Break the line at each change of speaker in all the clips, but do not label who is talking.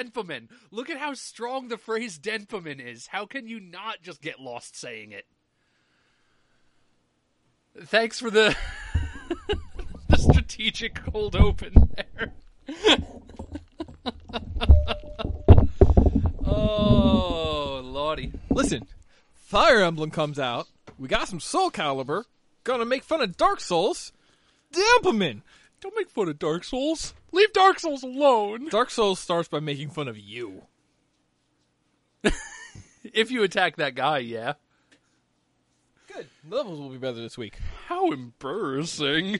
Denpamin. Look at how strong the phrase Denpamin is. How can you not just get lost saying it? Thanks for the the strategic cold open there. oh, lordy.
Listen, Fire Emblem comes out. We got some Soul Caliber. Gonna make fun of Dark Souls. Dampamin!
Don't make fun of Dark Souls. Leave Dark Souls alone.
Dark Souls starts by making fun of you.
If you attack that guy, yeah.
Good. Levels will be better this week.
How embarrassing.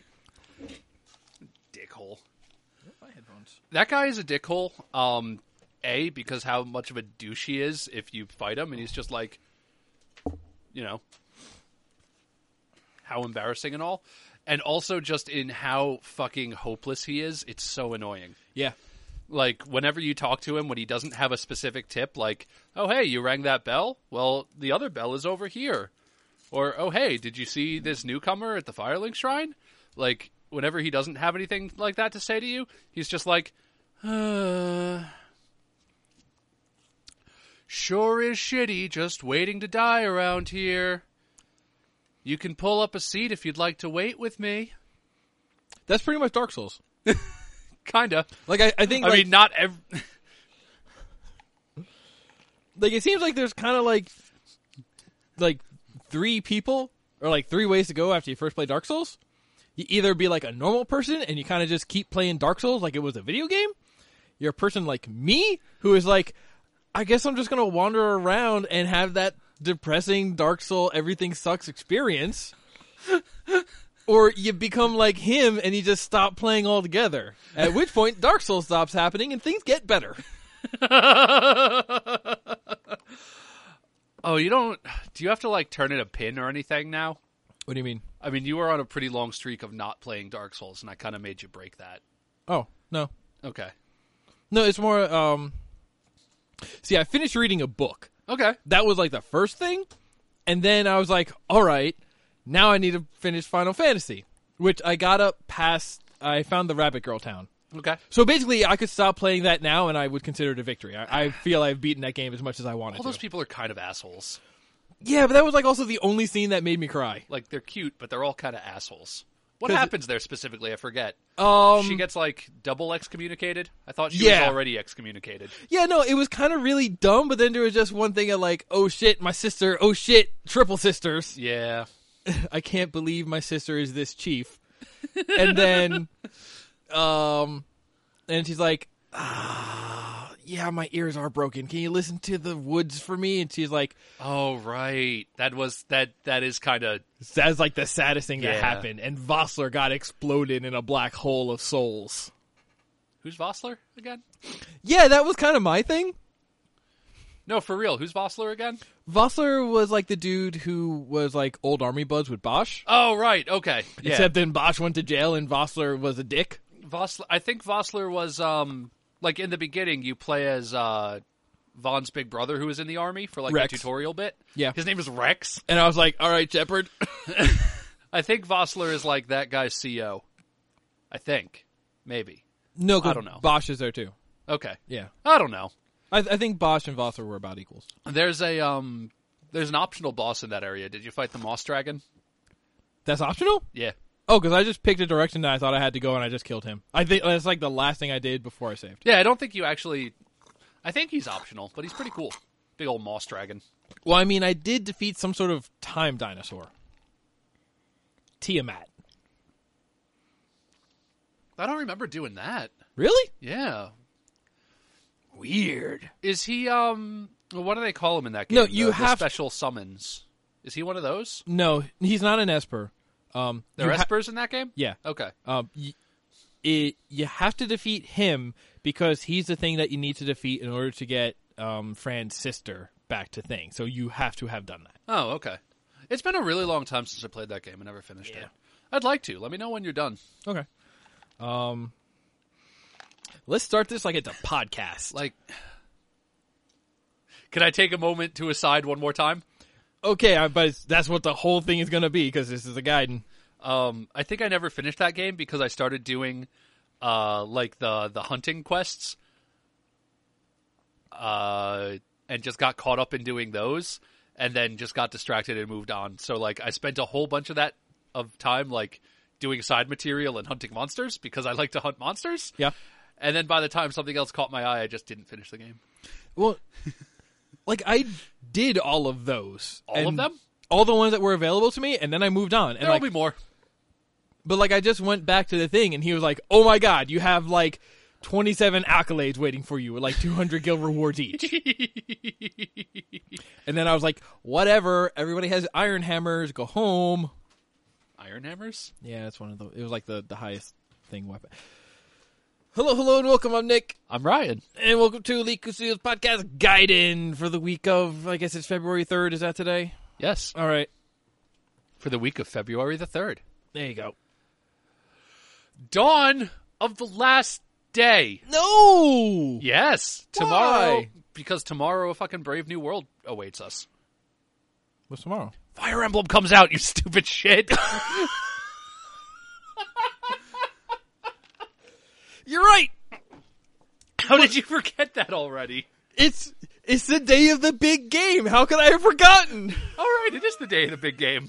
Dickhole.
My headphones.
That guy is a dickhole. Um, a because how much of a douche he is if you fight him, and he's just like, you know, how embarrassing and all, and also just in how fucking hopeless he is. It's so annoying.
Yeah.
Like whenever you talk to him, when he doesn't have a specific tip, like, oh hey, you rang that bell. Well, the other bell is over here, or oh hey, did you see this newcomer at the Firelink Shrine? Like whenever he doesn't have anything like that to say to you, he's just like. Uh, Sure is shitty, just waiting to die around here. You can pull up a seat if you'd like to wait with me.
That's pretty much Dark Souls.
Kinda.
Like, I, I think.
I
like,
mean, not ev
like it seems like there's kind of like like three people or like three ways to go after you first play Dark Souls. You either be like a normal person and you kind of just keep playing Dark Souls like it was a video game. You're a person like me who is like, I guess I'm just gonna wander around and have that depressing Dark Soul everything sucks experience. Or you become like him and you just stop playing altogether. At which point, Dark Souls stops happening and things get better.
oh, you don't. Do you have to, like, turn in a pin or anything now?
What do you mean?
I mean, you were on a pretty long streak of not playing Dark Souls, and I kind of made you break that.
Oh no,
Okay.
No, it's more. Um, see, I finished reading a book.
Okay.
That was like the first thing, and then I was like, "All right, now I need to finish Final Fantasy," which I got up past. I found the Rabbit Girl Town.
Okay.
So basically, I could stop playing that now, and I would consider it a victory. I, I feel I've beaten that game as much as I wanted
All those
to.
people are kind of assholes.
yeah, but that was like also the only scene that made me cry.
Like, they're cute, but they're all kind of assholes. What
'Cause-
happens there specifically? I forget.
Um,
she gets like double excommunicated. I thought she
Yeah.
was already excommunicated.
yeah, no, it was kind of really dumb, but then there was just one thing of like, oh shit, my sister, oh shit, triple sisters.
Yeah.
I can't believe my sister is this chief. And then, um, and she's like, ah, yeah, my ears are broken. Can you listen to the woods for me? And she's like,
Oh right. That was that. That is kind of
that's like the saddest thing
Yeah.
that happened. And Vossler got exploded in a black hole of souls.
who's Vossler again?
Yeah, that was kind of my thing.
No, for real. Who's Vossler again?
Vossler was like the dude who was like old army buds with Bosch.
Oh right. Okay. Yeah.
Except then Bosch went to jail and Vossler was a dick.
Vossler. I think Vossler was um like in the beginning. You play as uh Vaughn's big brother who was in the army for like
Rex.
the tutorial bit.
Yeah.
His name is Rex.
And I was like, all right, Shepard.
I think Vossler is like that guy's CO. I think maybe.
no, 'cause
I don't know.
Bosch is there too.
Okay.
Yeah.
I don't know.
I, I think Bosch and Vossler were about equals.
There's a um there's an optional boss in that area. Did you fight the Moss Dragon?
That's optional?
Yeah.
Oh, because I just picked a direction that I thought I had to go, and I just killed him. I think that's like the last thing I did before I saved.
Yeah, I don't think you actually I think he's optional, but he's pretty cool. Big old Moss Dragon.
Well, I mean, I did defeat some sort of time dinosaur, Tiamat.
I don't remember doing that.
Really?
Yeah.
Weird.
Is he um what do they call him in that game?
No, you
The- the
have-
special summons. Is he one of those?
No, he's not an Esper. Um,
There
you
are
ha-
espers in that game?
Yeah.
Okay.
Um, y- it, you have to defeat him because he's the thing that you need to defeat in order to get um, Fran's sister back to thing. So you have to have done that.
Oh, okay. It's been a really long time since I played that game. I never finished it. I'd like to. Let me know when you're done.
Okay. Um, let's start this like it's a podcast.
Like Can I take a moment to aside one more time?
okay, I, but it's, that's what the whole thing is going to be because this is a guide.
Um, I think I never finished that game because I started doing uh, like the the hunting quests, uh, and just got caught up in doing those, and then just got distracted and moved on. So like I spent a whole bunch of that of time like doing side material and hunting monsters because I like to hunt monsters.
Yeah.
And then by the time something else caught my eye, I just didn't finish the game.
Well, like I did all of those,
All of
and
them?
all the ones that were available to me, and then I moved on. And
There'll
like,
be more.
but like I just went back to the thing, and he was like, "Oh my god, you have like." 27 accolades waiting for you with like 200 guild rewards each. and then I was like, whatever, everybody has iron hammers, go home.
Iron hammers?
Yeah, it's one of the. It was like the the highest thing weapon. Hello, hello, and welcome. I'm Nick,
I'm Ryan.
and welcome to Lee Kusu's podcast Gaiden for the week of. I guess it's February third. Is that today?
Yes.
All right,
For the week of February the 3rd.
there you go.
Dawn of the last day.
No,
Yes. Tomorrow.
Why?
Because tomorrow a fucking Brave New World awaits us.
what's tomorrow?
Fire Emblem comes out, you stupid shit.
You're right.
How did you forget that already?
It's it's the day of the big game. How could I have forgotten?
All right, it is the day of the big game.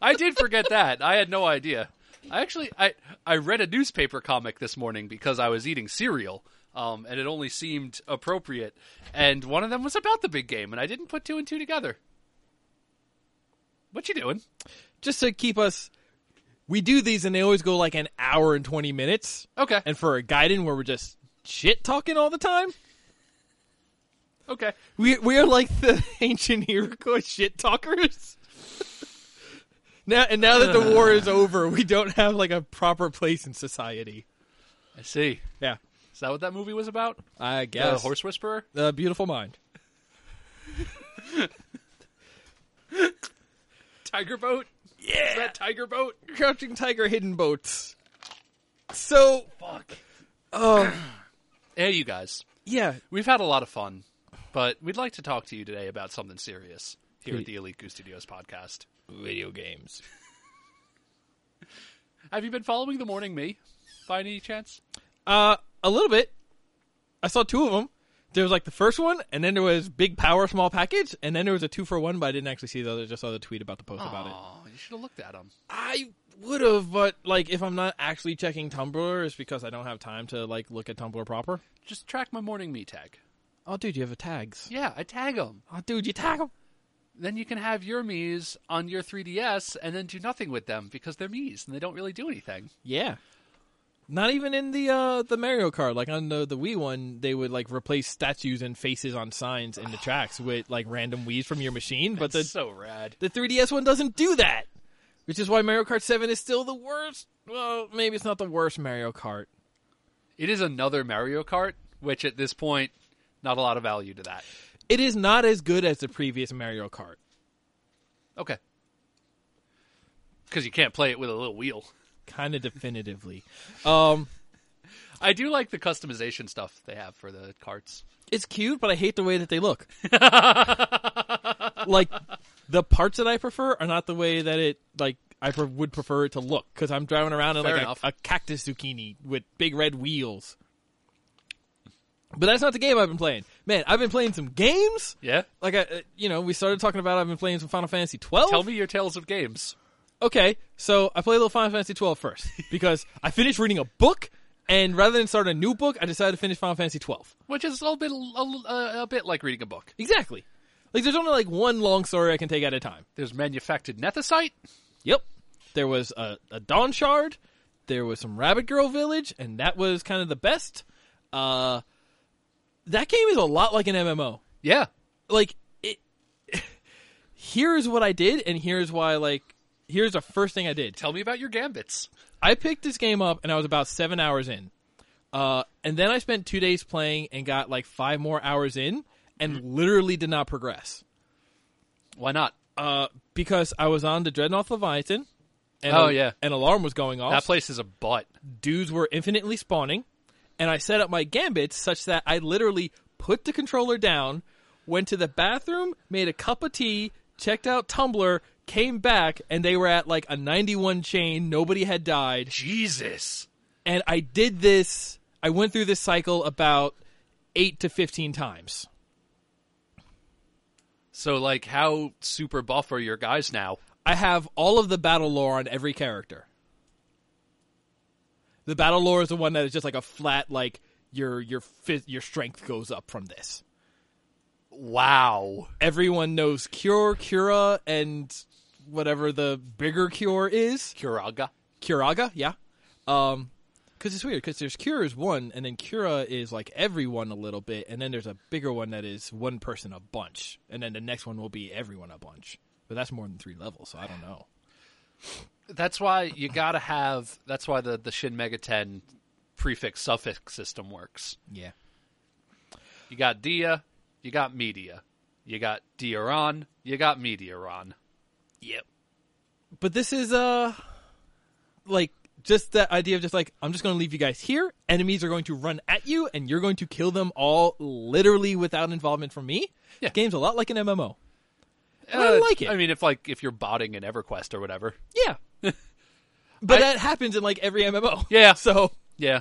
I did forget that. I had no idea. I actually I I read a newspaper comic this morning because I was eating cereal. Um, and it only seemed appropriate. And one of them was about the big game, and I didn't put two and two together. What you doing?
Just to keep us. We do these, and they always go like an hour and twenty minutes.
Okay.
And for a Gaiden, where we're just shit talking all the time.
Okay.
We we are like the ancient Iroquois shit talkers. now and now that the war is over, we don't have like a proper place in society.
I see.
Yeah,
Is that what that movie was about?
I
The
guess.
Horse Whisperer?
The beautiful mind.
Tiger Boat? Is
Yeah,
that Tiger Boat?
crouching tiger, hidden boats. So
Fuck.
um,
Hey, you guys.
yeah,
We've had a lot of fun, but we'd like to talk to you today about something serious here at the Elite Goose Studios podcast.
video games.
Have you been following The Morning Me by any chance?
Uh, a little bit. I saw two of them. There was like the first one, and then there was big power, small package, and then there was a two for one. But I didn't actually see the other. I just saw the tweet about the post about it.
Oh, you should have looked at them.
I would have, but like if I'm not actually checking Tumblr, it's because I don't have time to like look at Tumblr proper.
Just track my Morning Me tag.
Oh, dude, you have a tags.
Yeah, I tag them.
Oh, dude, you tag them.
Then you can have your Mii's on your 3DS and then do nothing with them because they're Mii's and they don't really do anything.
Yeah. Not even in the uh the Mario Kart, like on the the Wii one, they would like replace statues and faces on signs in the tracks with like random Wii's from your machine, but the
That's so rad.
the 3DS one doesn't do that, which is why Mario Kart Seven is still the worst. Well, maybe it's not the worst Mario Kart.
It is another Mario Kart, which at this point, not a lot of value to that.
It is not as good as the previous Mario Kart.
Okay. Because you can't play it with a little wheel.
Kind of definitively. Um
I do like the customization stuff they have for the carts.
It's cute, but I hate the way that they look. like the parts that I prefer are not the way that it like I pre- would prefer it to look because I'm driving around in
Fair
like
enough.
a, a cactus zucchini with big red wheels. But that's not the game I've been playing. Man, I've been playing some games.
Yeah?
Like I, uh, you know, we started talking about I've been playing some Final Fantasy 12.
Tell me your tales of games.
Okay, so I play a little Final Fantasy 12 first because I finished reading a book, and rather than start a new book, I decided to finish Final Fantasy 12.
Which is a little bit a, a- a bit like reading a book.
Exactly. Like there's only like one long story I can take at a time.
There's manufactured nethysite.
Yep. There was a, a Dawn Shard, there was some Rabbit Girl Village, and that was kind of the best. Uh that game is a lot like an MMO.
Yeah,
Like it here's what I did and here's why like here's the first thing I did.
tell me about your gambits.
I picked this game up and I was about seven hours in. Uh, and then I spent two days playing and got like five more hours in and literally did not progress.
Why not?
Uh, because I was on the Dreadnought Leviathan. And
Oh,
a-
yeah.
An alarm was going off.
That place is a butt.
Dudes were infinitely spawning. And I set up my gambits such that I literally put the controller down, went to the bathroom, made a cup of tea, checked out Tumblr, came back, and they were at like a 91 chain. Nobody had died.
Jesus.
And I did this, I went through this cycle about 8 to 15 times.
So like, how super buff are your guys now?
I have all of the battle lore on every character. The battle lore is the one that is just like a flat like your your phys- your strength goes up from this.
Wow.
Everyone knows cure, cura, and whatever the bigger cure is.
Kiraga.
Curaga, yeah. Um, because it's weird because there's cure is one, and then cura is like everyone a little bit, and then there's a bigger one that is one person a bunch, and then the next one will be everyone a bunch. But that's more than three levels, so I don't know.
That's why you gotta have. That's why the the Shin Mega Ten prefix suffix system works.
Yeah.
You got dia, you got media, you got diaron, you got meteoron.
Yep. But this is uh like just that idea of just like I'm just going to leave you guys here. Enemies are going to run at you and you're going to kill them all literally without involvement from me.
Yeah.
This game's a lot like an MMO. And I like it.
Uh, I mean, if like if you're botting in EverQuest or whatever.
yeah. but
I-
that happens in like every MMO.
Yeah.
So,
Yeah.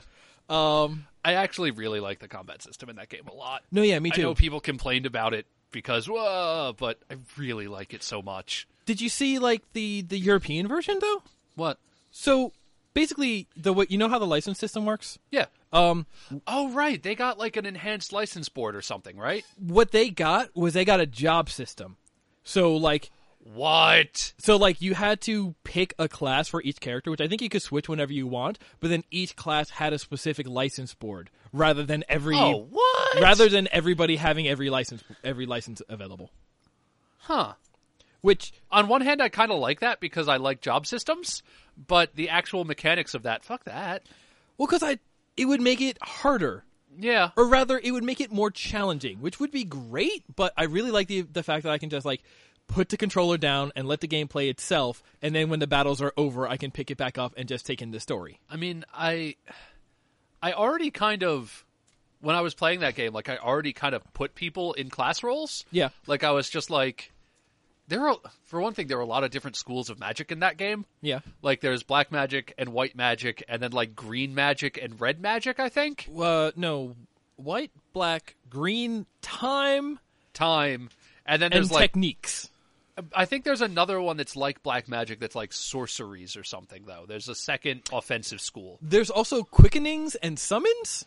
um
I actually really like the combat system in that game a lot.
no yeah, me
I know
too.
people complained about it because whoa, but I really like it so much.
Did you see like the the European version though?
What?
So, basically the what you know how the license system works?
Yeah.
Um
Oh right, they got like an enhanced license board or something, right?
what they got was they got a job system. So like
What?
So like you had to pick a class for each character, which I think you could switch whenever you want, but then each class had a specific license board rather than every
Oh what?
rather than everybody having every license every license available.
huh?
Which
On one hand, I kind of like that because I like job systems, but the actual mechanics of that, fuck that.
well cuz I it would make it harder
Yeah.
or rather it would make it more challenging, which would be great, but I really like the the fact that I can just like put the controller down and let the game play itself and then when the battles are over I can pick it back up and just take in the story.
I mean, I I already kind of when I was playing that game, like I already kind of put people in class roles.
Yeah.
Like I was just like there are for one thing there were a lot of different schools of magic in that game.
Yeah.
Like there's black magic and white magic and then like green magic and red magic, I think.
uh, no, white, black, green, time,
Time. And then
and
there's like
techniques.
I think there's another one that's like black magic that's like sorceries or something though. There's a second offensive school.
There's also quickenings and summons.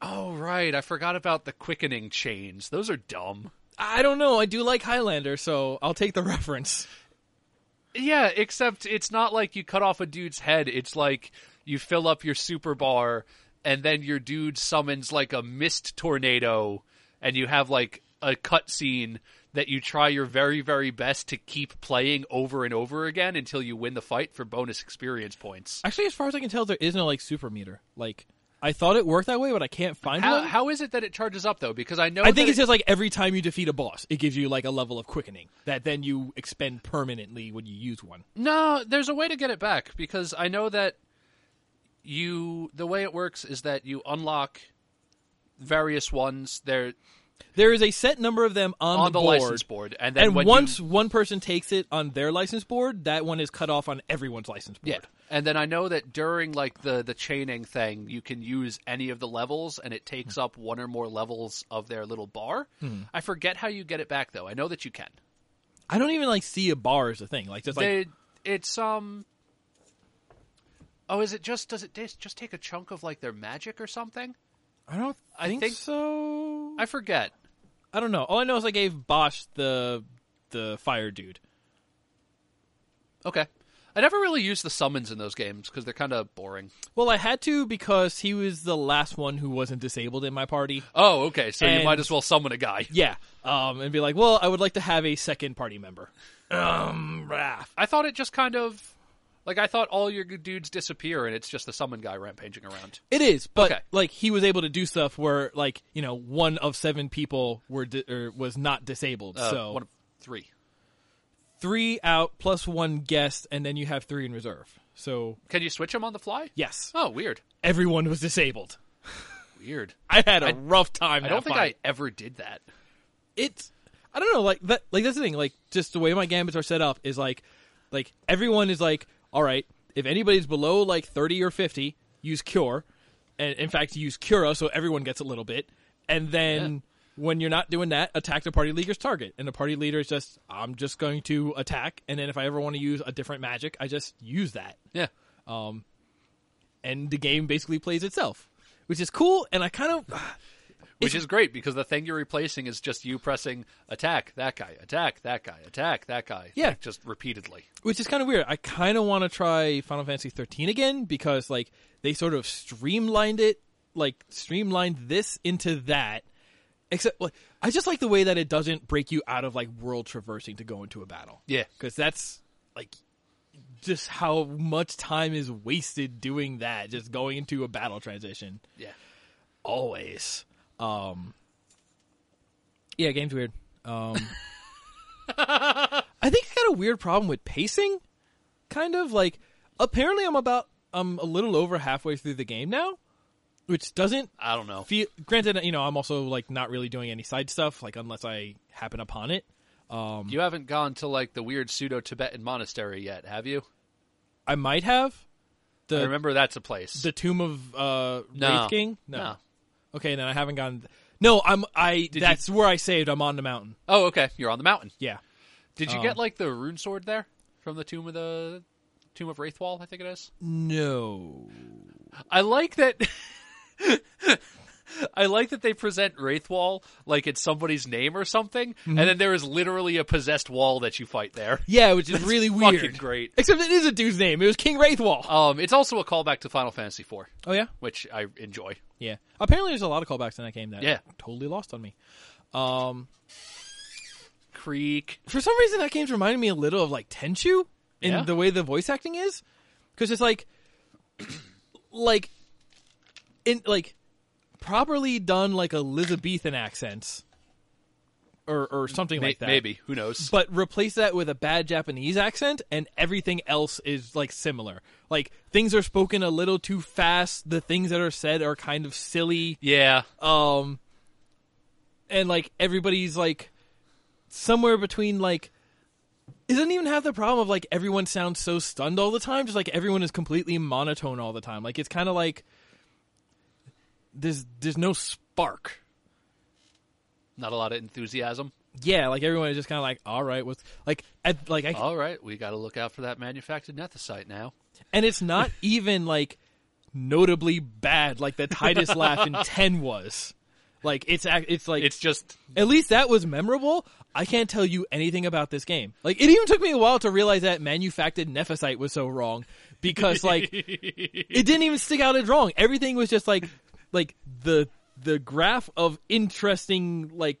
Oh right, I forgot about the quickening chains. Those are dumb.
I don't know. I do like Highlander, so I'll take the reference.
Yeah, except it's not like you cut off a dude's head. It's like you fill up your super bar, and then your dude summons like a mist tornado, and you have like a cutscene that you try your very, very best to keep playing over and over again until you win the fight for bonus experience points.
Actually, as far as I can tell, there is no like super meter. Like I thought it worked that way, but I can't find
How,
one.
how is it that it charges up though? Because I know
I think
that
it's just like every time you defeat a boss, it gives you like a level of quickening that then you expend permanently when you use one.
No, there's a way to get it back because I know that you the way it works is that you unlock various ones there
There is a set number of them on,
on the,
board,
license board and then
and
when
once
you,
one person takes it on their license board, that one is cut off on everyone's license board.
yeah and then I know that during like the the chaining thing you can use any of the levels and it
Hmm.
takes up one or more levels of their little bar I forget how you get it back though I know that you can
I don't even like see a bar as a thing. Like just like
they it's um oh is it just does it just just take a chunk of like their magic or something
I don't
I think think-
so.
I forget
I don't know. All I know is I gave Bosch the the fire dude.
Okay. I never really use the summons in those games because they're kind of boring.
Well, I had to because he was the last one who wasn't disabled in my party.
Oh, okay. So you
And-
might as well summon a guy.
Yeah, um, and be like, well, I would like to have a second party member. Um, rah.
I thought it just kind of like I thought all your good dudes disappear and it's just the summon guy rampaging around.
It is, but
Okay.
like he was able to do stuff where like you know one of seven people were di- or was not disabled.
Uh,
so
one of three.
three out plus one guest, and then you have three in reserve. So
Can you switch them on the fly?
yes,
Oh, weird.
everyone was disabled.
Weird.
I had a rough time.
I don't think I ever did that.
It's. I don't know. Like that. Like that's the thing. Like just the way my gambits are set up is like, like everyone is like, all right. If anybody's below like thirty or fifty, use cure, and in fact use cura, so everyone gets a little bit, and then when you're not doing that, attack the party leader's target. And the party leader is just, I'm just going to attack. And then if I ever want to use a different magic, I just use that.
Yeah.
And the game basically plays itself, which is cool. And I kind of,
Which is great because the thing you're replacing is just you pressing attack that guy, attack that guy, attack that guy.
Yeah.
like, just repeatedly.
which is kind of weird. I kind of want to try Final Fantasy 13 again because like they sort of streamlined it, like streamlined this into that. Except like I just like the way that it doesn't break you out of like world traversing to go into a battle.
Yeah.
Cuz that's like just how much time is wasted doing that, just going into a battle transition
Yeah.
always. Um, yeah, game's weird. Um, I think I got a weird problem with pacing. Kind of like apparently I'm about I'm a little over halfway through the game now, which doesn't
I don't know.
feel. Granted, you know I'm also like not really doing any side stuff like unless I happen upon it.
You haven't gone to like the weird pseudo Tibetan monastery yet, have you?
I might have the
I remember that's a place.
Uh, the tomb of uh,
No.
Wraith King. No.
No.
okay, then I haven't gone. No, I'm I. that's where I saved. I'm on the mountain.
oh, okay. You're on the mountain.
Yeah.
Did you
Oh.
get like the rune sword there from the tomb of the tomb of Wraithwall? I think it is.
No.
I like that. I like that they present Wraithwall like it's somebody's name or something,
Mm-hmm.
and then there is literally a possessed wall that you fight there.
Yeah, which is really
fucking
weird.
great.
Except it is a dude's name. It was King Wraithwall.
Um, it's also a callback to Final Fantasy IV,
oh yeah,
which I enjoy.
yeah. Apparently, there's a lot of callbacks in that game that
Yeah.
totally lost on me. Um,
Creek.
for some reason, that game's reminding me a little of like Tenchu in
Yeah.
the way the voice acting is, because it's like, like, in like properly done like Elizabethan accents, or or something
May-
like that.
Maybe who knows?
but replace that with a bad Japanese accent, and everything else is like similar. Like things are spoken a little too fast. The things that are said are kind of silly.
yeah, Uh,
Um, and like everybody's like somewhere between like it doesn't even have the problem of like everyone sounds so stunned all the time. Just like everyone is completely monotone all the time. Like it's kind of like there's there's no spark.
not a lot of enthusiasm.
Yeah, like everyone is just kind of like, all right, what's like, I, like I,
All right, we got to look out for that manufactured nethysite now.
and it's not even like notably bad like the Titus laugh in 10 was. Like it's ac- it's like
It's just
at least that was memorable. I can't tell you anything about this game. Like it even took me a while to realize that manufactured nephesite was so wrong because like it didn't even stick out as wrong. Everything was just like like the the graph of interesting like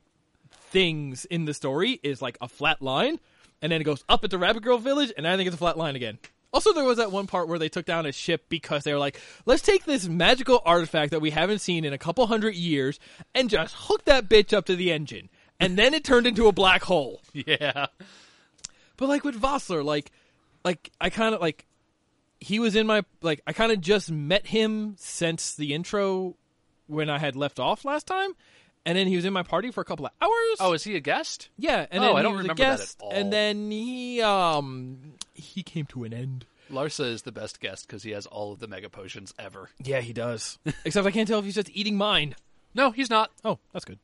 things in the story is like a flat line, and then it goes up at the Rabbit Girl Village, and I think it's a flat line again. Also, there was that one part where they took down a ship because they were like, let's take this magical artifact that we haven't seen in a couple hundred years and just hook that bitch up to the engine. And then it turned into a black hole.
yeah,
But like with Vossler, like, like I kind of like, he was in my like I kind of just met him since the intro when I had left off last time, and then he was in my party for a couple of hours.
Oh, is he a guest?
yeah, and
oh,
then
I
he
don't
was
remember
a
that at
guest,
all.
and then he um he came to an end.
Larsa is the best guest because he has all of the mega potions ever.
Yeah, he does. Except I can't tell if he's just eating mine.
No, he's not.
Oh, that's good.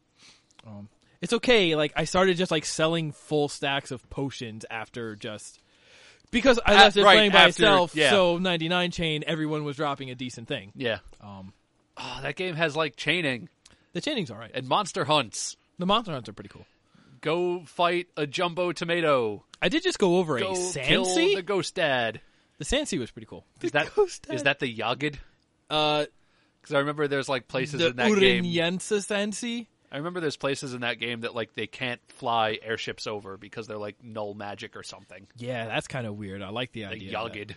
Um, it's okay. Like I started just like selling full stacks of potions after just because I
Ah,
left it
right,
playing by
after-
itself.
yeah.
So ninety nine chain, everyone was dropping a decent thing.
Yeah.
Um,
Oh, that game has like chaining
the chaining's all right.
and monster hunts.
The monster hunts are pretty cool.
Go fight a jumbo tomato.
I did just go over
Go
a
kill
Sansi.
the
The,
ghost dad.
Sansi was pretty cool.
Is that
ghost dad.
is that the Yagid?
uh,
Because I remember there's like places
the
in that game.
Urinyensa Sansi?
I remember there's places in that game that like they can't fly airships over because they're like null magic or something.
Yeah, that's kind of weird. I like the
The
idea. of that.
Yagid.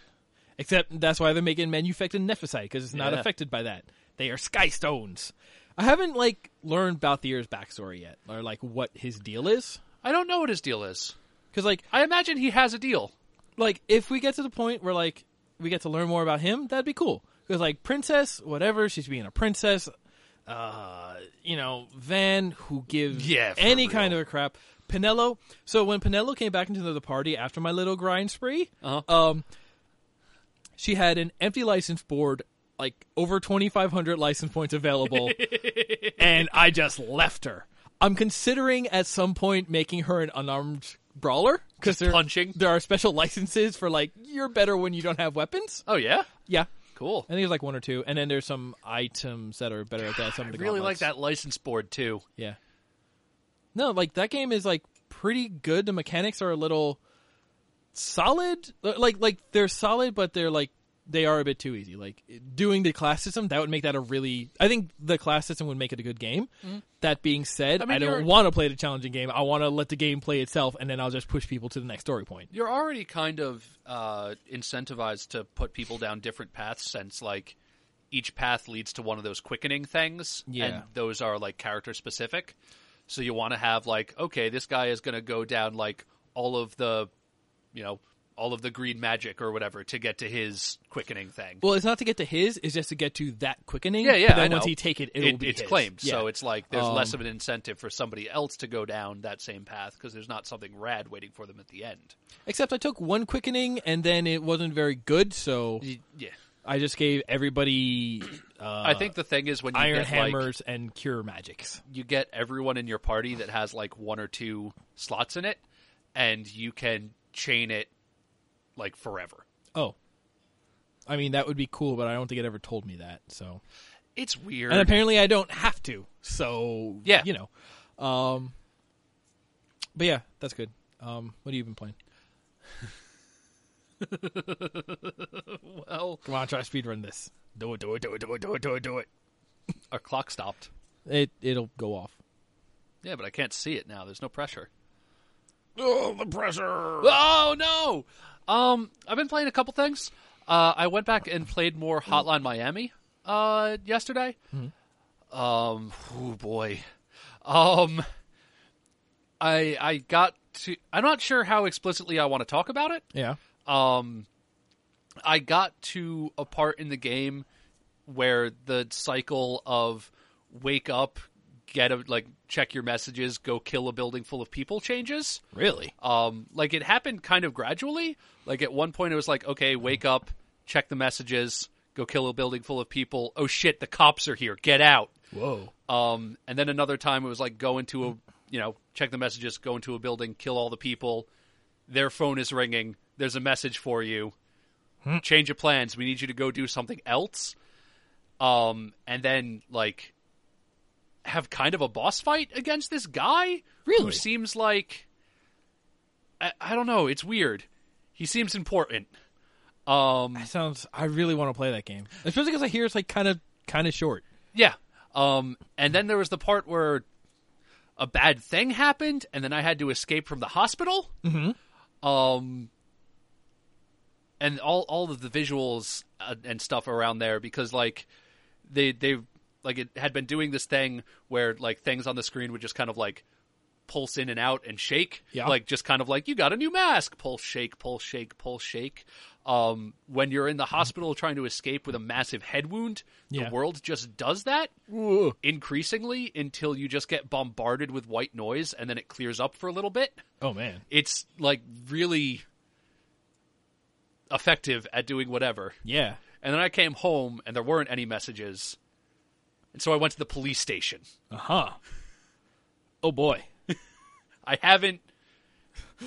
Except that's why they're making manufactured nephesite because it's not
Yeah.
affected by that. They are sky stones. I haven't like learned Balthier's backstory yet, or like what his deal is.
I don't know what his deal is.
Because like,
I imagine he has a deal.
like if we get to the point where like we get to learn more about him, that'd be cool. Because like princess, whatever she's being a princess, uh, you know Van who gives
Yeah, for
any
real.
kind of a crap. Pinello. So when Pinello came back into the party after my little grind spree,
Uh-huh.
um, she had an empty license board, like over twenty five hundred license points available, and I just left her. I'm considering at some point making her an unarmed brawler because
Just punching?
there are special licenses for like you're better when you don't have weapons.
Oh yeah,
Yeah,
cool.
I think there's like one or two, and then there's some items that are better at that. Some
I
of the
really like that
gauntlets.
license board too.
Yeah. No, like that game is like pretty good. The mechanics are a little solid. Like like they're solid, but they're like they are a bit too easy. Like doing the class system that would make that a really. I think the class system would make it a good game. That being said,
Mm-hmm.
I,
I mean,
don't
you're-
want to play the challenging game. I want to let the game play itself, and then I'll just push people to the next story point.
You're already kind of uh, incentivized to put people down different paths, since like each path leads to one of those quickening things,
Yeah.
and those are like character specific. So you want to have like, okay, this guy is going to go down like all of the, you know, all of the green magic or whatever to get to his quickening thing.
Well, it's not to get to his; it's just to get to that quickening.
Yeah, yeah.
But then
I know.
once he take it, it'll be
it's
his.
claimed,
Yeah.
so it's like there's less
Um,
of an incentive for somebody else to go down that same path because there's not something rad waiting for them at the end.
Except I took one quickening, and then it wasn't very good. So
Y- Yeah,
I just gave everybody uh,
I think the thing is when you
iron
get, like,
hammers and cure magics.
you get everyone in your party that has like one or two slots in it, and you can chain it like forever.
Oh, I mean that would be cool, but I don't think it ever told me that. So,
It's weird.
and apparently I don't have to. So
Yeah.
you know. Um, but yeah, that's good. Um, what have you been playing?
well,
Come on, try to speedrun this. Do it, do it, do it, do it, do it, do it, do it.
our clock stopped.
It it'll go off.
Yeah, but I can't see it now. There's no pressure.
Oh, the pressure!
Oh no! Um, I've been playing a couple things. Uh, I went back and played more Hotline Miami uh, yesterday.
Hmm.
Um, oh boy. Um, I I got to. I'm not sure how explicitly I want to talk about it.
Yeah.
Um, I got to a part in the game where the cycle of wake up, get a like check your messages, go kill a building full of people changes
Really?
um, like it happened kind of gradually. Like at one point, it was like, okay, wake up, check the messages, go kill a building full of people. Oh shit, the cops are here, get out.
Whoa.
Um, and then another time, it was like go into a, you know, check the messages, go into a building, kill all the people. Their phone is ringing. There's a message for you. Change of plans. We need you to go do something else. Um, and then like have kind of a boss fight against this guy
Really?
who seems like I, I don't know. It's weird. He seems important. Um,
That sounds. I really want to play that game, especially because I hear it's like kind of kind of short.
Yeah. Um, and then there was the part where a bad thing happened, and then I had to escape from the hospital. Mm-hmm. Um, and all all of the visuals uh, and stuff around there because like they they like it had been doing this thing where like things on the screen would just kind of like pulse in and out and shake
Yeah.
like just kind of like you got a new mask pulse shake pulse shake pulse shake um when you're in the hospital trying to escape with a massive head wound
Yeah.
the world just does that increasingly until you just get bombarded with white noise and then it clears up for a little bit
Oh man.
it's like really effective at doing whatever
Yeah.
and then I came home and there weren't any messages. And so I went to the police station.
Uh huh. Oh boy.
I haven't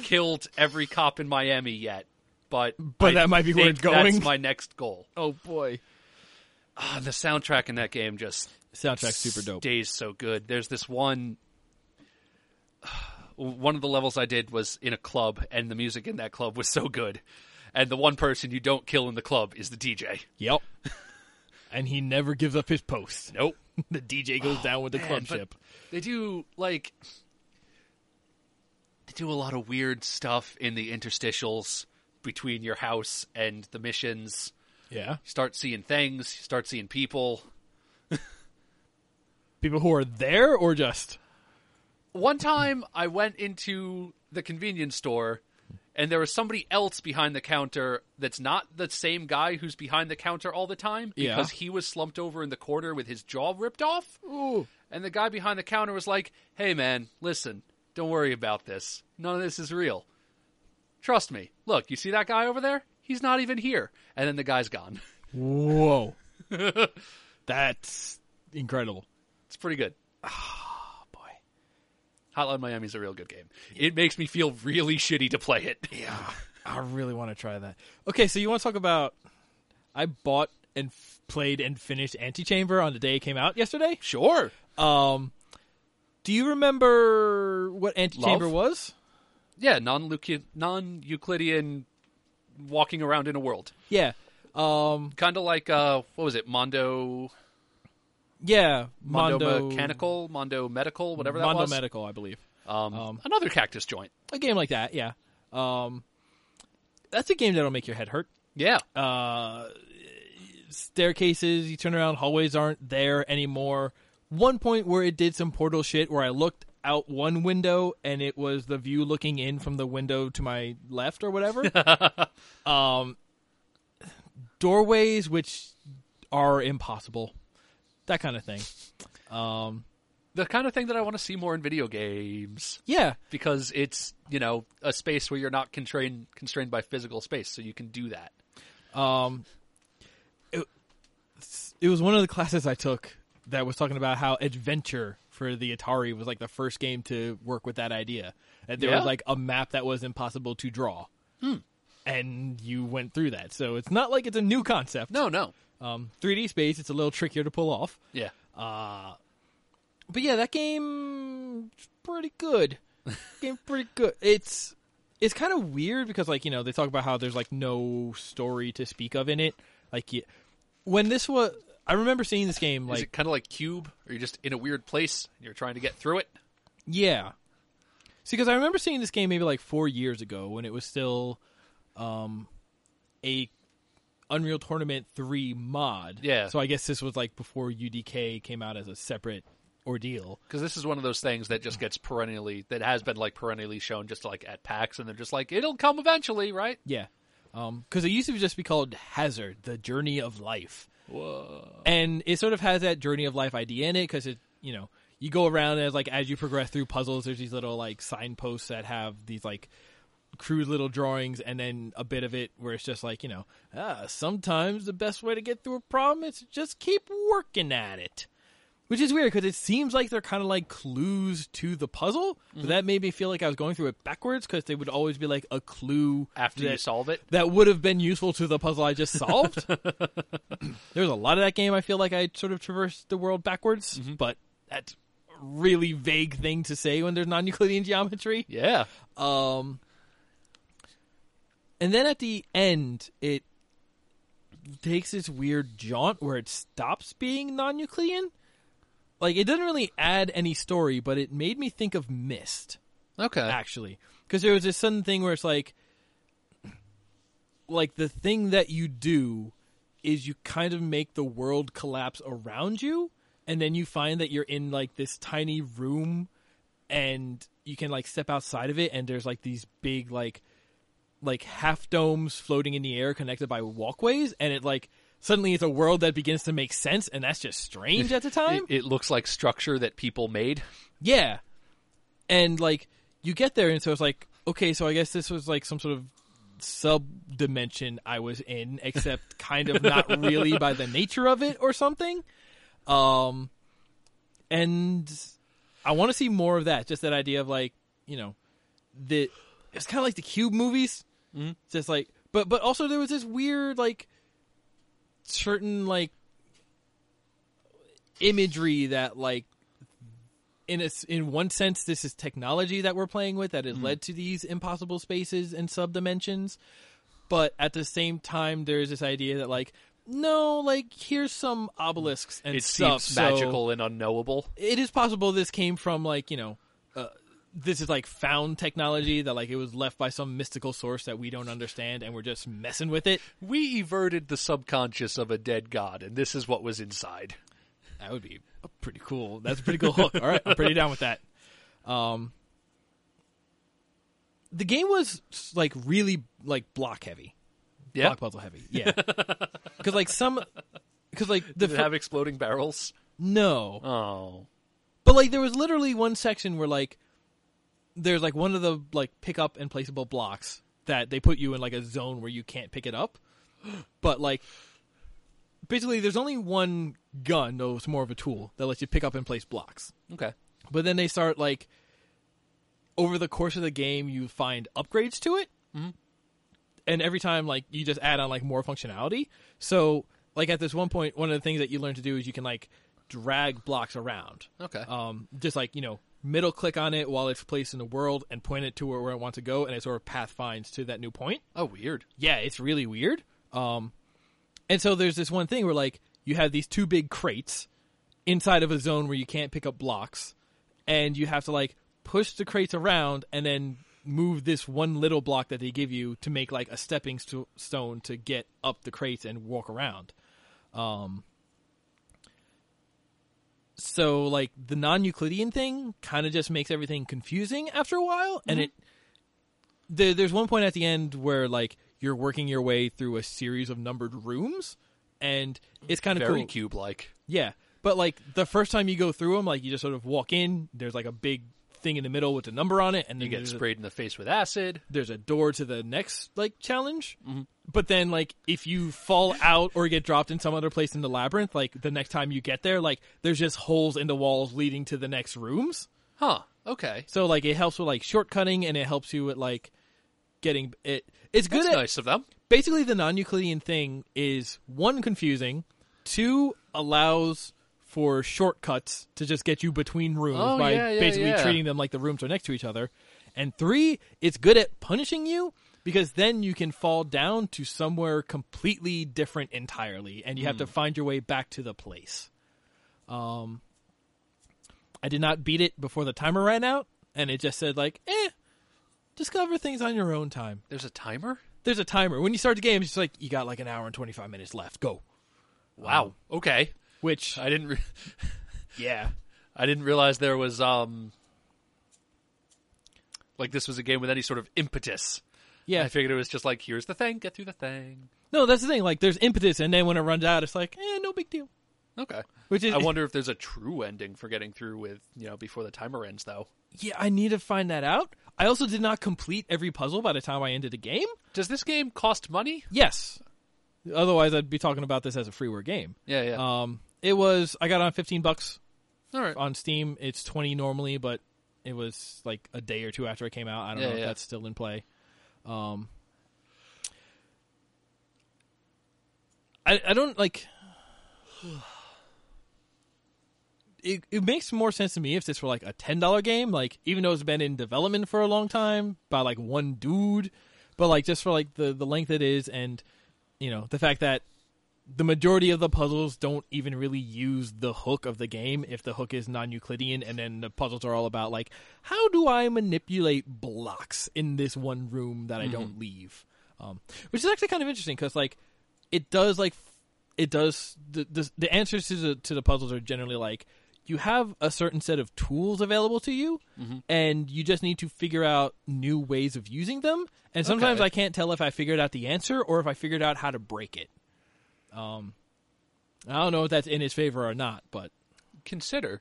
killed every cop in Miami yet, but
But
I
that might be where
think
it's going.
That's my next goal.
Oh boy.
Ah, the soundtrack in that game just
Soundtrack's super dope.
Stays so good. There's this one. One of the levels I did was in a club, and the music in that club was so good. And the one person you don't kill in the club is the DJ.
Yep. and he never gives up his post.
Nope.
the DJ goes down with the
Man,
club
but
ship.
They do like they do a lot of weird stuff in the interstitials between your house and the missions.
Yeah.
You start seeing things, you start seeing people.
People who are there or just
One time I went into the convenience store and there was somebody else behind the counter that's not the same guy who's behind the counter all the time
Yeah.
because he was slumped over in the corner with his jaw ripped off.
Ooh.
And the guy behind the counter was like, "Hey man, listen. Don't worry about this. None of this is real. Trust me. Look, you see that guy over there? He's not even here." And then the guy's gone.
Whoa. That's incredible.
It's pretty good.
Oh, Boy.
Hotline Miami is a real good game. It makes me feel really shitty to play it.
Yeah, I really want to try that. Okay, so you want to talk about? I bought and f- played and finished Antichamber on the day it came out yesterday.
Sure.
Um, do you remember what Antichamber
Love?
was?
Yeah, non-Euclidean, non-Euclidean walking around in a world.
Yeah. Um,
Kind of like uh what was it? Mondo
yeah.
Mondo,
Mondo
Mechanical, Mondo Medical, whatever that
Mondo
was.
Medical, I believe.
um,
um,
another cactus joint.
A game like that, yeah. Um, that's a game that'll make your head hurt.
Yeah.
uh, staircases. You turn around, hallways aren't there anymore. One point where it did some portal shit, where I looked out one window and it was the view looking in from the window to my left or whatever. um, doorways which are impossible, that kind of thing. Um,
the kind of thing that I want to see more in video games
yeah,
because it's, you know, a space where you're not constrained constrained by physical space, so you can do that.
Um, it, it was one of the classes I took that was talking about how adventure for the Atari was like the first game to work with that idea. That there
Yeah. Hmm.
was like a map that was impossible to draw. And you went through that. So it's not like it's a new concept.
No, no.
Um, 3D space, it's a little trickier to pull off.
Yeah.
But yeah, that game pretty good. game pretty good. It's it's kind of weird because like you know they talk about how there's like no story to speak of in it. Like you, when this was, I remember seeing this game
Is
like
it kind of like Cube? Are you just in a weird place? And you're trying to get through it?
yeah. See, because I remember seeing this game maybe like four years ago when it was still, um, a Unreal Tournament three mod.
Yeah.
So I guess this was like before UDK came out as a separate ordeal.
Because this is one of those things that just gets perennially, that has been like perennially shown just like at PAX, and they're just like, it'll come eventually, right?
Yeah. Because Um, it used to just be called Hazard, the Journey of Life. Whoa. And it sort of has that Journey of Life idea in it because it, you know, you go around as like as you progress through puzzles, there's these little like signposts that have these like crude little drawings, and then a bit of it where it's just like you know, ah, sometimes the best way to get through a problem is to just keep working at it. Which is weird because it seems like they're kind of like clues to the puzzle,
Mm-hmm.
but that made me feel like I was going through it backwards because they would always be like a clue
After you
that-
solve it.
that would have been useful to the puzzle I just solved. There's a lot of that game I feel like I sort of traversed the world backwards, but that's a really vague thing to say when there's non-Euclidean geometry.
Yeah.
Um and then at the end it takes this weird jaunt where it stops being non-Euclidean. Like it doesn't really add any story, but it made me think of Mist
Okay.
actually because there was this sudden thing where it's like like the thing that you do is you kind of make the world collapse around you and then you find that you're in like this tiny room and you can like step outside of it and there's like these big like like half domes floating in the air connected by walkways and it like suddenly it's a world that begins to make sense and that's just strange at the time
It, it looks like structure that people made.
yeah. And like you get there and so it's like, okay, so I guess this was like some sort of sub dimension I was in, except kind of not really by the nature of it or something. Um and I want to see more of that, just that idea of like, you know, the it's kind of like the cube movies.
Mm-hmm.
Just like but but also there was this weird like certain like imagery that like in a s in one sense this is technology that we're playing with that has
Mm-hmm.
led to these impossible spaces and subdimensions but at the same time there's this idea that like no like here's some obelisks and
It
stuff
seems
so-
magical and unknowable.
it is possible this came from like you know uh, this is like found technology that like it was left by some mystical source that we don't understand and we're just messing with it
We everted the subconscious of a dead god, and this is what was inside.
that would be a pretty cool that's a pretty cool hook all right i'm pretty down with that um the game was like really like block heavy
Yeah.
block puzzle heavy yeah because like some because like the
Did
fir-
it have exploding barrels?
no
Oh.
But like there was literally one section where like there's like one of the like pick up and placeable blocks that they put you in like a zone where you can't pick it up. But like basically there's only one gun, though it's more of a tool that lets you pick up and place blocks.
Okay.
But then they start like over the course of the game you find upgrades to it and every time like you just add on like more functionality so like at this one point one of the things that you learn to do is you can like drag blocks around
Okay.
um just like you know middle click on it while it's placed in the world and point it to where, where i want to go and it sort of path finds to that new point
oh, weird.
yeah, it's really weird. Um, and so there's this one thing where like you have these two big crates inside of a zone where you can't pick up blocks, and you have to like push the crates around and then move this one little block that they give you to make like a stepping st- stone to get up the crates and walk around. Um, so like the non-Euclidean thing kind of just makes everything confusing after a while, and it there, there's one point at the end where like you're working your way through a series of numbered rooms, and it's kind of
Very
cool.
cube like.
Yeah, but like the first time you go through them, like you just sort of walk in. There's like a big thing in the middle with a number on it, and then
You get
there's a-
sprayed in the face with acid.
there's a door to the next like challenge.
Mm-hmm.
But then like if you fall out or get dropped in some other place in the labyrinth, like the next time you get there, like there's just holes in the walls leading to the next rooms.
Huh. Okay.
So like it helps with like shortcutting and it helps you with like getting it. It's good
That's
at
nice of them.
basically the non-Euclidean thing is one confusing, two allows for shortcuts to just get you between rooms
Oh,
by
yeah, yeah,
basically
yeah.
treating them like the rooms are next to each other, and three, it's good at punishing you because then you can fall down to somewhere completely different entirely, and you have
Hmm.
to find your way back to the place. Um, I did not beat it before the timer ran out, and it just said like, "eh." Discover things on your own time
There's a timer?
there's a timer. When you start the game, it's just like you got like an hour and 25 minutes left. Go.
Wow. Okay.
Which
I didn't re-
yeah.
I didn't realize there was um like this was a game with any sort of impetus.
Yeah.
I figured it was just like here's the thing, get through the thing.
no, that's the thing. Like there's impetus and then when it runs out, it's like, "Eh, no big deal."
Okay.
Which is
I wonder if there's a true ending for getting through with, you know, before the timer ends though.
yeah, I need to find that out. I also did not complete every puzzle by the time I ended the game.
Does this game cost money?
Yes. Otherwise, I'd be talking about this as a freeware game.
Yeah, yeah.
Um it was I got it on 15 bucks
All right.
on Steam. It's 20 normally, but it was like a day or two after it came out. I don't
Yeah,
know if
yeah.
that's still in play. Um, I I don't like. It it makes more sense to me if this were like a ten dollar game, like even though it's been in development for a long time by like one dude, but like just for like the the length it is, and you know the fact that the majority of the puzzles don't even really use the hook of the game if the hook is non-euclidean and then the puzzles are all about like how do i manipulate blocks in this one room that i don't leave um, which is actually kind of interesting because like it does like f- it does the, the the answers to the to the puzzles are generally like you have a certain set of tools available to you and you just need to figure out new ways of using them and sometimes
Okay.
i can't tell if i figured out the answer or if i figured out how to break it I don't know if that's in his favor or not, but
Consider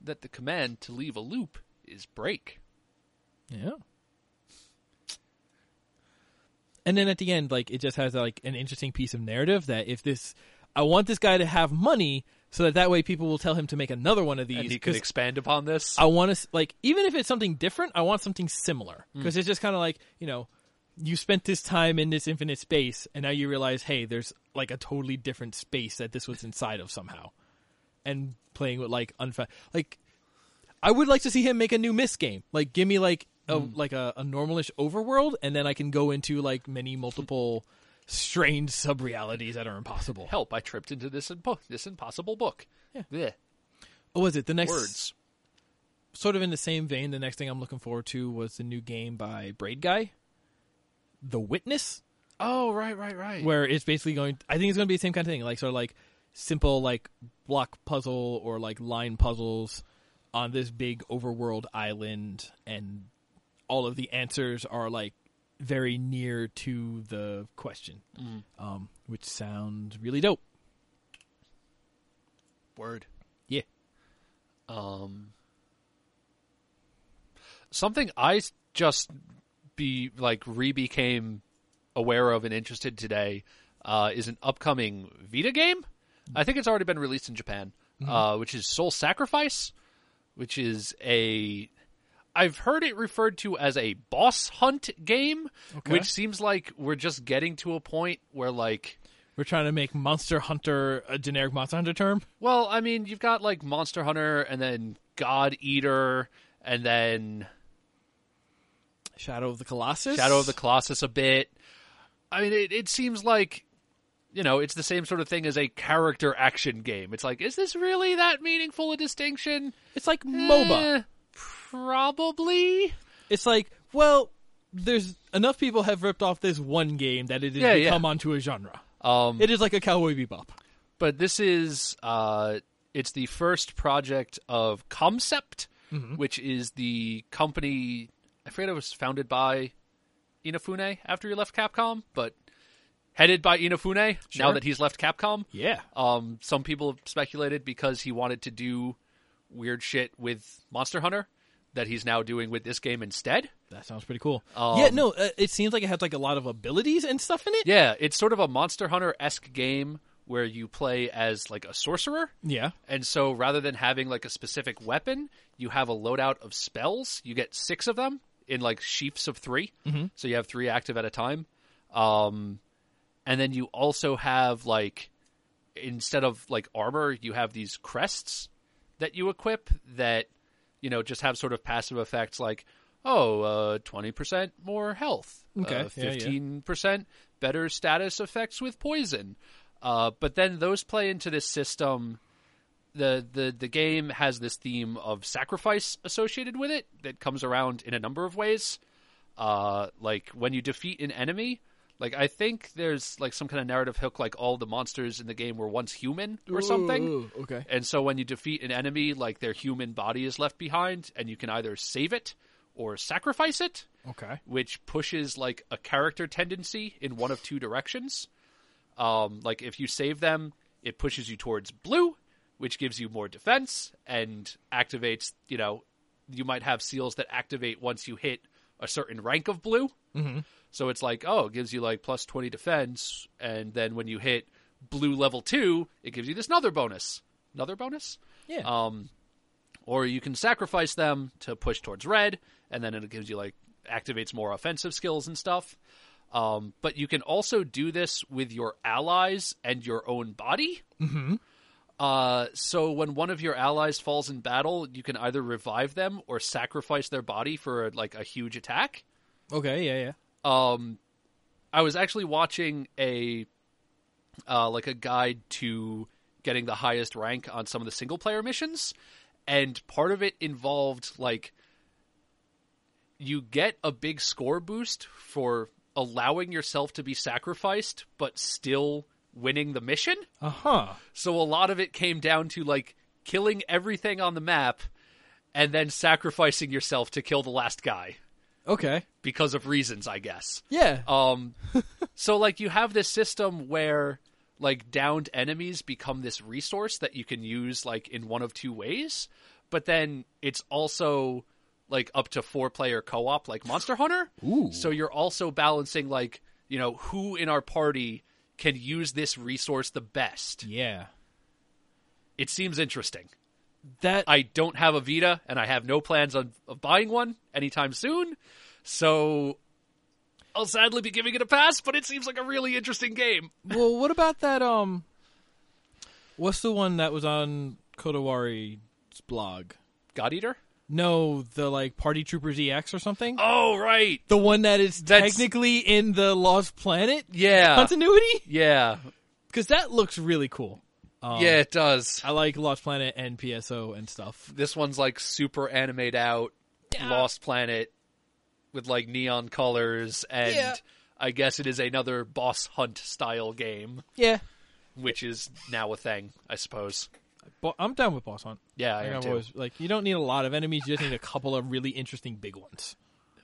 that the command to leave a loop is break.
yeah. And then at the end, like it just has like an interesting piece of narrative that if this, I want this guy to have money so that that way people will tell him to make another one of these.
And he could
'cause
expand upon this.
I want to like even if it's something different, I want something similar because it's just kind of like you know, you spent this time in this infinite space, and now you realize, hey, there's like a totally different space that this was inside of somehow, and playing with like unfa like I would like to see him make a new Miss game, like give me like a like a, a normalish overworld, and then I can go into like many multiple strange sub realities that are impossible.
Help, I tripped into this impo- this impossible book.
Yeah.
Blech.
What was it the next
Words.
sort of in the same vein, the next thing I'm looking forward to was the new game by Braid Guy, The Witness,
Oh, right, right, right.
where it's basically going. I think it's going to be the same kind of thing, like sort of like simple like block puzzle or like line puzzles on this big overworld island, and all of the answers are like very near to the question, um, which sounds really dope.
Word.
Yeah.
Um, something I s- just be like re became aware of and interested today uh, is an upcoming Vita game. I think it's already been released in Japan, uh, which is Soul Sacrifice, which is a I've heard it referred to as a boss hunt game,
Okay.
which seems like we're just getting to a point where like
We're trying to make Monster Hunter a generic Monster Hunter term.
well, I mean, you've got like Monster Hunter and then God Eater and then
Shadow of the Colossus.
Shadow of the Colossus a bit. I mean, it, it seems like, you know, it's the same sort of thing as a character action game. It's like, is this really that meaningful a distinction?
It's like MOBA.
Eh, probably.
It's like, well, there's enough people have ripped off this one game that it has
Yeah, yeah.
become onto a genre.
Um,
It is like a Cowboy Bebop.
but this is, uh, it's the first project of Concept, which is the company, I forget it was founded by Inafune after he left Capcom, but headed by Inafune now
Sure.
that he's left Capcom.
Yeah.
Um, some people have speculated because he wanted to do weird shit with Monster Hunter that he's now doing with this game instead.
That sounds pretty cool.
Um,
yeah, no, uh, it seems like it has like a lot of abilities and stuff in it.
Yeah, it's sort of a Monster Hunter esque game where you play as like a sorcerer.
Yeah.
And so rather than having like a specific weapon, you have a loadout of spells. You get six of them in like sheafs of 3
Mm-hmm.
So you have three active at a time. Um, and then you also have like, instead of like armor, you have these crests that you equip that, you know, just have sort of passive effects like, oh, uh, 20% more health,
Okay,
uh,
yeah, yeah.
15% better status effects with poison. Uh, but then those play into this system the, the the game has this theme of sacrifice associated with it that comes around in a number of ways. Uh, like when you defeat an enemy, like I think there's like some kind of narrative hook, like all the monsters in the game were once human or something.
okay.
And so when you defeat an enemy, like their human body is left behind, and you can either save it or sacrifice it
Okay.
which pushes like a character tendency in one of two directions. Um, like if you save them, it pushes you towards blue, which gives you more defense and activates. You know, you might have seals that activate once you hit a certain rank of blue. Mm-hmm. So it's like, oh, it gives you like plus twenty defense, and then when you hit blue level two, it gives you this another bonus. Another bonus
Yeah.
um, or you can sacrifice them to push towards red, and then it gives you like activates more offensive skills and stuff. Um, but you can also do this with your allies and your own body. Mm-hmm. Uh, so when one of your allies falls in battle, you can either revive them or sacrifice their body for like a huge attack
okay. Yeah. Yeah.
um i was actually watching a uh like a guide to getting the highest rank on some of the single player missions and part of it involved like you get a big score boost for allowing yourself to be sacrificed but still winning the mission
Uh huh.
so a lot of it came down to like killing everything on the map and then sacrificing yourself to kill the last guy
Okay. Uh,
because of reasons i guess
Yeah.
um, so like you have this system where like downed enemies become this resource that you can use like in one of two ways, but then it's also like up to four player co op like Monster Hunter.
Ooh.
So you're also balancing like you know who in our party can use this resource the best.
yeah.
It seems interesting.
That
I don't have a Vita and I have no plans on, of buying one anytime soon. So I'll sadly be giving it a pass, but it seems like a really interesting game.
well, what about that? Um, what's the one that was on Kodawari's blog?
God Eater?
No, the like Party Troopers EX or something.
Oh, right.
the one that is
That's-
technically in the Lost Planet
Yeah.
continuity,
Yeah.
because that looks really cool.
yeah, it does.
I like Lost Planet and PSO and stuff.
This one's like super animate out, Lost Planet with like neon colors, and
Yeah.
I guess it is another boss hunt style game,
Yeah,
which is now a thing, I suppose.
Bo- I'm down with Boss Hunt.
Yeah, I
Like,
am
I've
too.
always like you don't need a lot of enemies; you just need a couple of really interesting big ones.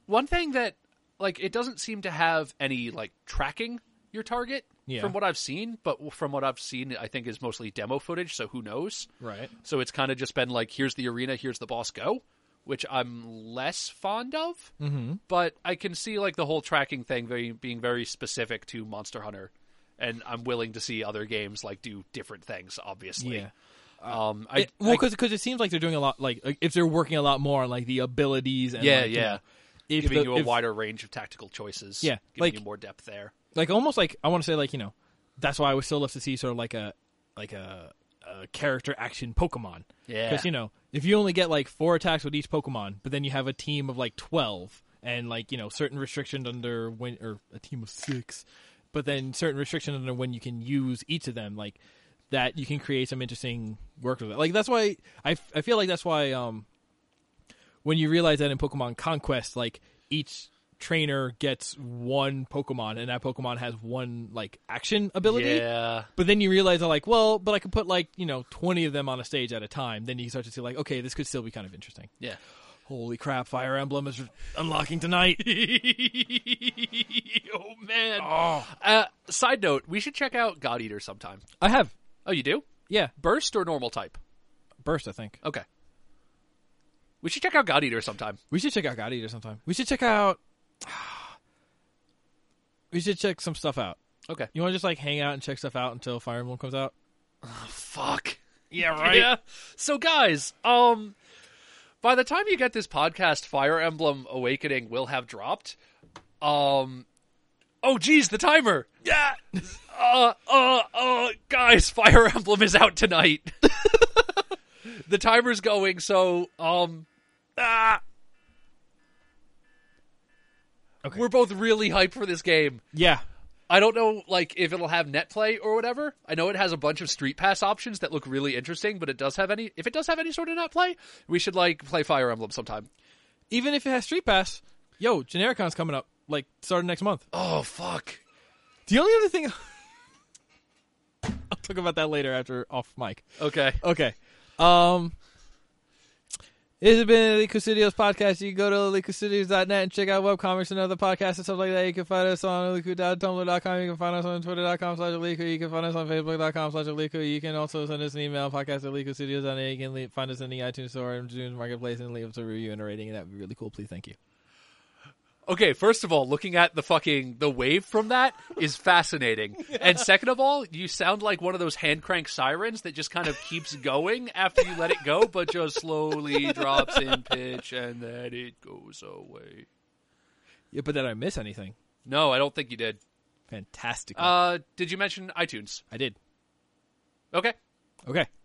one thing that like it doesn't seem to have any like tracking your target
Yeah.
from what i've seen but from what i've seen i think is mostly demo footage so who knows
Right.
so it's kind of just been like here's the arena here's the boss go which i'm less fond of mm-hmm. but i can see like the whole tracking thing very, being very specific to monster hunter and i'm willing to see other games like do different things obviously
Yeah.
Um, I,
It, well,
I-
because it seems like they're doing a lot. Like, like, if they're working a lot more on like the abilities and
yeah,
like, you
yeah,
know, if
giving
the-
you a
if-
wider range of tactical choices.
Yeah,
giving
like-
you more depth there.
like almost like I want to say like you know that's why I would still love to see sort of like a like a, a character action Pokemon.
Yeah.
because you know if you only get like four attacks with each Pokemon, but then you have a team of like twelve and like you know certain restrictions under when or a team of six, but then certain restrictions under when you can use each of them like that you can create some interesting work with it. Like that's why I, f- I feel like that's why um when you realize that in Pokemon Conquest, like each trainer gets one Pokemon, and that Pokemon has one like action ability.
Yeah,
But then you realize, I'm like, well, but I could put like you know twenty of them on a stage at a time. Then you start to see like, okay, this could still be kind of interesting.
yeah.
Holy crap! Fire Emblem is unlocking tonight.
oh man. Uh, side note: We should check out God Eater sometime.
I have,
Oh, you do?
yeah,
Burst or normal type?
burst. I think
Okay. We should check out God Eater sometime.
we should check out God Eater sometime. We should check out. We should check some stuff out.
Okay.
You want to just like hang out and check stuff out until Fire Emblem comes out?
Fuck.
Yeah,
Yeah. So guys, um by the time you get this podcast, Fire Emblem Awakening will have dropped. Um Oh geez, the timer. Yeah. Uh uh uh guys, Fire Emblem is out tonight. the timer's going, so um ah.
Okay.
We're both really hyped for this game.
Yeah.
I don't know like if it'll have net play or whatever. I know it has a bunch of street pass options that look really interesting, but it does have any if it does have any sort of net play, we should like play Fire Emblem sometime.
even if it has Street Pass, yo, Genericon's coming up like starting next month.
Oh fuck.
The only other thing I'll talk about that later after off mic.
Okay.
Okay. Um this has been the Casidios podcast. You can go to LiquidCities.net and check out webcomics and other podcasts and stuff like that. You can find us on liquid.tumblr.com. You can find us on twitter.com slash Liquid. You can find us on facebook.com slash Liquid. You can also send us an email, podcast at liquidstudios.net. You can le- find us in the iTunes store and iTunes marketplace and leave us a review and a rating. That would be really cool. Please, thank you.
Okay, first of all, looking at the fucking the wave from that is fascinating. And second of all, you sound like one of those hand crank sirens that just kind of keeps going after you let it go, but just slowly drops in pitch and then it goes away.
Yeah, but did I miss anything?
No, I don't think you did.
Fantastic.
Uh did you mention iTunes?
I did.
Okay.
Okay.